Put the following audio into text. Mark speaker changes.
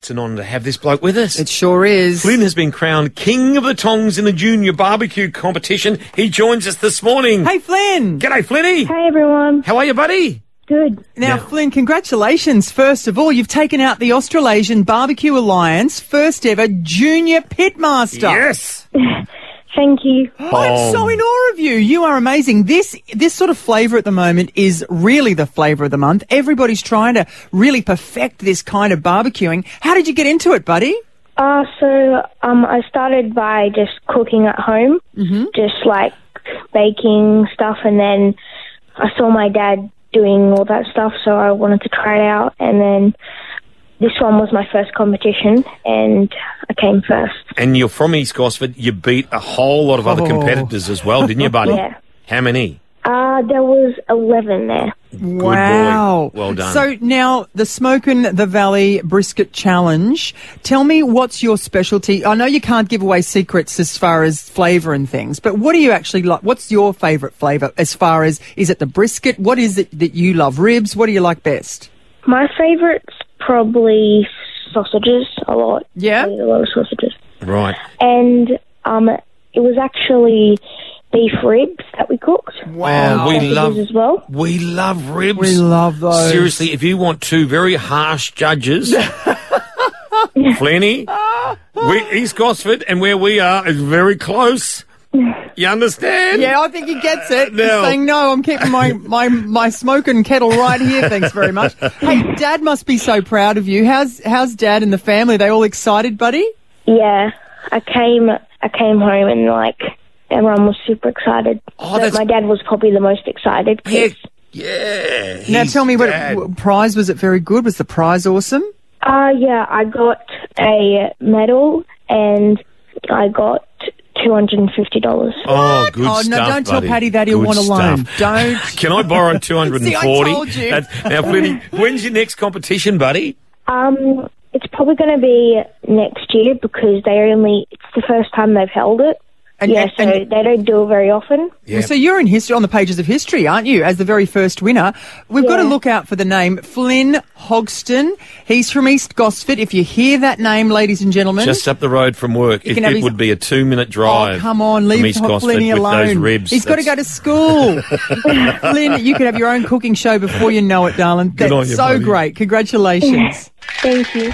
Speaker 1: It's an honour to have this bloke with us.
Speaker 2: It sure is.
Speaker 1: Flynn has been crowned King of the Tongs in the Junior Barbecue Competition. He joins us this morning.
Speaker 2: Hey, Flynn.
Speaker 1: G'day, Flinny.
Speaker 3: Hey everyone,
Speaker 1: How are you, buddy?
Speaker 3: good.
Speaker 2: Now, Flynn, congratulations. First of all, you've taken out the Australasian Barbecue Alliance first ever junior pitmaster.
Speaker 1: Yes.
Speaker 3: Thank you.
Speaker 2: Oh,
Speaker 1: Oh.
Speaker 2: I'm so in awe of you. You are amazing. This this sort of flavour at the moment is really the flavour of the month. Everybody's trying to really perfect this kind of barbecuing. How did you get into it, buddy?
Speaker 3: Uh, so um, I started by just cooking at home, mm-hmm. just like baking stuff, and then I saw my dad doing all that stuff, so I wanted to try it out. And then this one was my first competition, and I came first.
Speaker 1: And you're from East Gosford. You beat a whole lot of other
Speaker 2: Oh.
Speaker 1: competitors as well, didn't you, buddy?
Speaker 3: Yeah.
Speaker 1: How many?
Speaker 3: Uh, there was eleven there.
Speaker 1: boy.
Speaker 2: wow.
Speaker 1: Well done.
Speaker 2: So now the Smokin' the Valley Brisket Challenge. Tell me what's your specialty? I know you can't give away secrets as far as flavour and things, but what do you actually like? What's your favourite flavour as far as is it the brisket? What is it that you love? Ribs? What do you like best?
Speaker 3: My favourites probably sausages a lot.
Speaker 2: Yeah?
Speaker 3: I eat a lot of sausages.
Speaker 1: Right.
Speaker 3: and um, it was actually beef ribs that we cooked.
Speaker 1: Oh, we
Speaker 3: Sausages
Speaker 1: love
Speaker 3: as well.
Speaker 1: We love ribs.
Speaker 2: We love those.
Speaker 1: Seriously, if you want two very harsh judges, Flenny, we, East Gosford and where we are is very close. You understand?
Speaker 2: Yeah, I think he gets it. He's
Speaker 1: No.
Speaker 2: saying, no, I'm keeping my, my, my smoking kettle right here. Thanks very much. Hey, Dad must be so proud of you. How's, how's Dad and the family? They all excited, buddy?
Speaker 3: Yeah, I came I came home and like everyone was super excited.
Speaker 1: Oh,
Speaker 3: But
Speaker 1: that's-
Speaker 3: my dad was probably the most excited. 'cause
Speaker 1: Yeah. yeah
Speaker 2: Now
Speaker 1: he's
Speaker 2: tell me, what,
Speaker 1: dead.
Speaker 2: what prize was it very good? Was the prize awesome?
Speaker 3: Uh, yeah, I got a medal and I got two hundred and fifty dollars.
Speaker 1: Oh, good
Speaker 2: Oh, no,
Speaker 1: stuff,
Speaker 2: don't tell
Speaker 1: buddy.
Speaker 2: Paddy that. He'll
Speaker 1: Good
Speaker 2: want a loan.
Speaker 1: stuff.
Speaker 2: Don't.
Speaker 1: Can I borrow 240?
Speaker 2: told you. Hmm?
Speaker 1: now, Flenny, when's your next competition, buddy?
Speaker 3: Um, it's probably going to be next year because they only it's the first time they've held it.
Speaker 2: And-
Speaker 3: yeah,
Speaker 2: and-
Speaker 3: so
Speaker 2: and-
Speaker 3: they don't do it very often.
Speaker 1: Yep.
Speaker 2: So you're in history on the pages of history, aren't you? As the very first winner, we've got to
Speaker 3: Yeah.
Speaker 2: look out for the name Flynn Hogston. He's from East Gosford. If you hear that name, ladies and gentlemen,
Speaker 1: Just up the road from work. It,
Speaker 2: can have
Speaker 1: it
Speaker 2: his-
Speaker 1: would be a two-minute drive.
Speaker 2: Oh, come on, leave
Speaker 1: from East
Speaker 2: Hot
Speaker 1: Gosford
Speaker 2: Flinny
Speaker 1: with
Speaker 2: alone.
Speaker 1: those ribs.
Speaker 2: He's got to go
Speaker 1: That's-
Speaker 2: to school. Flynn, you could have your own cooking show before you know it, darling. That's
Speaker 1: on you,
Speaker 2: so
Speaker 1: buddy.
Speaker 2: great. Congratulations.
Speaker 3: Thank you.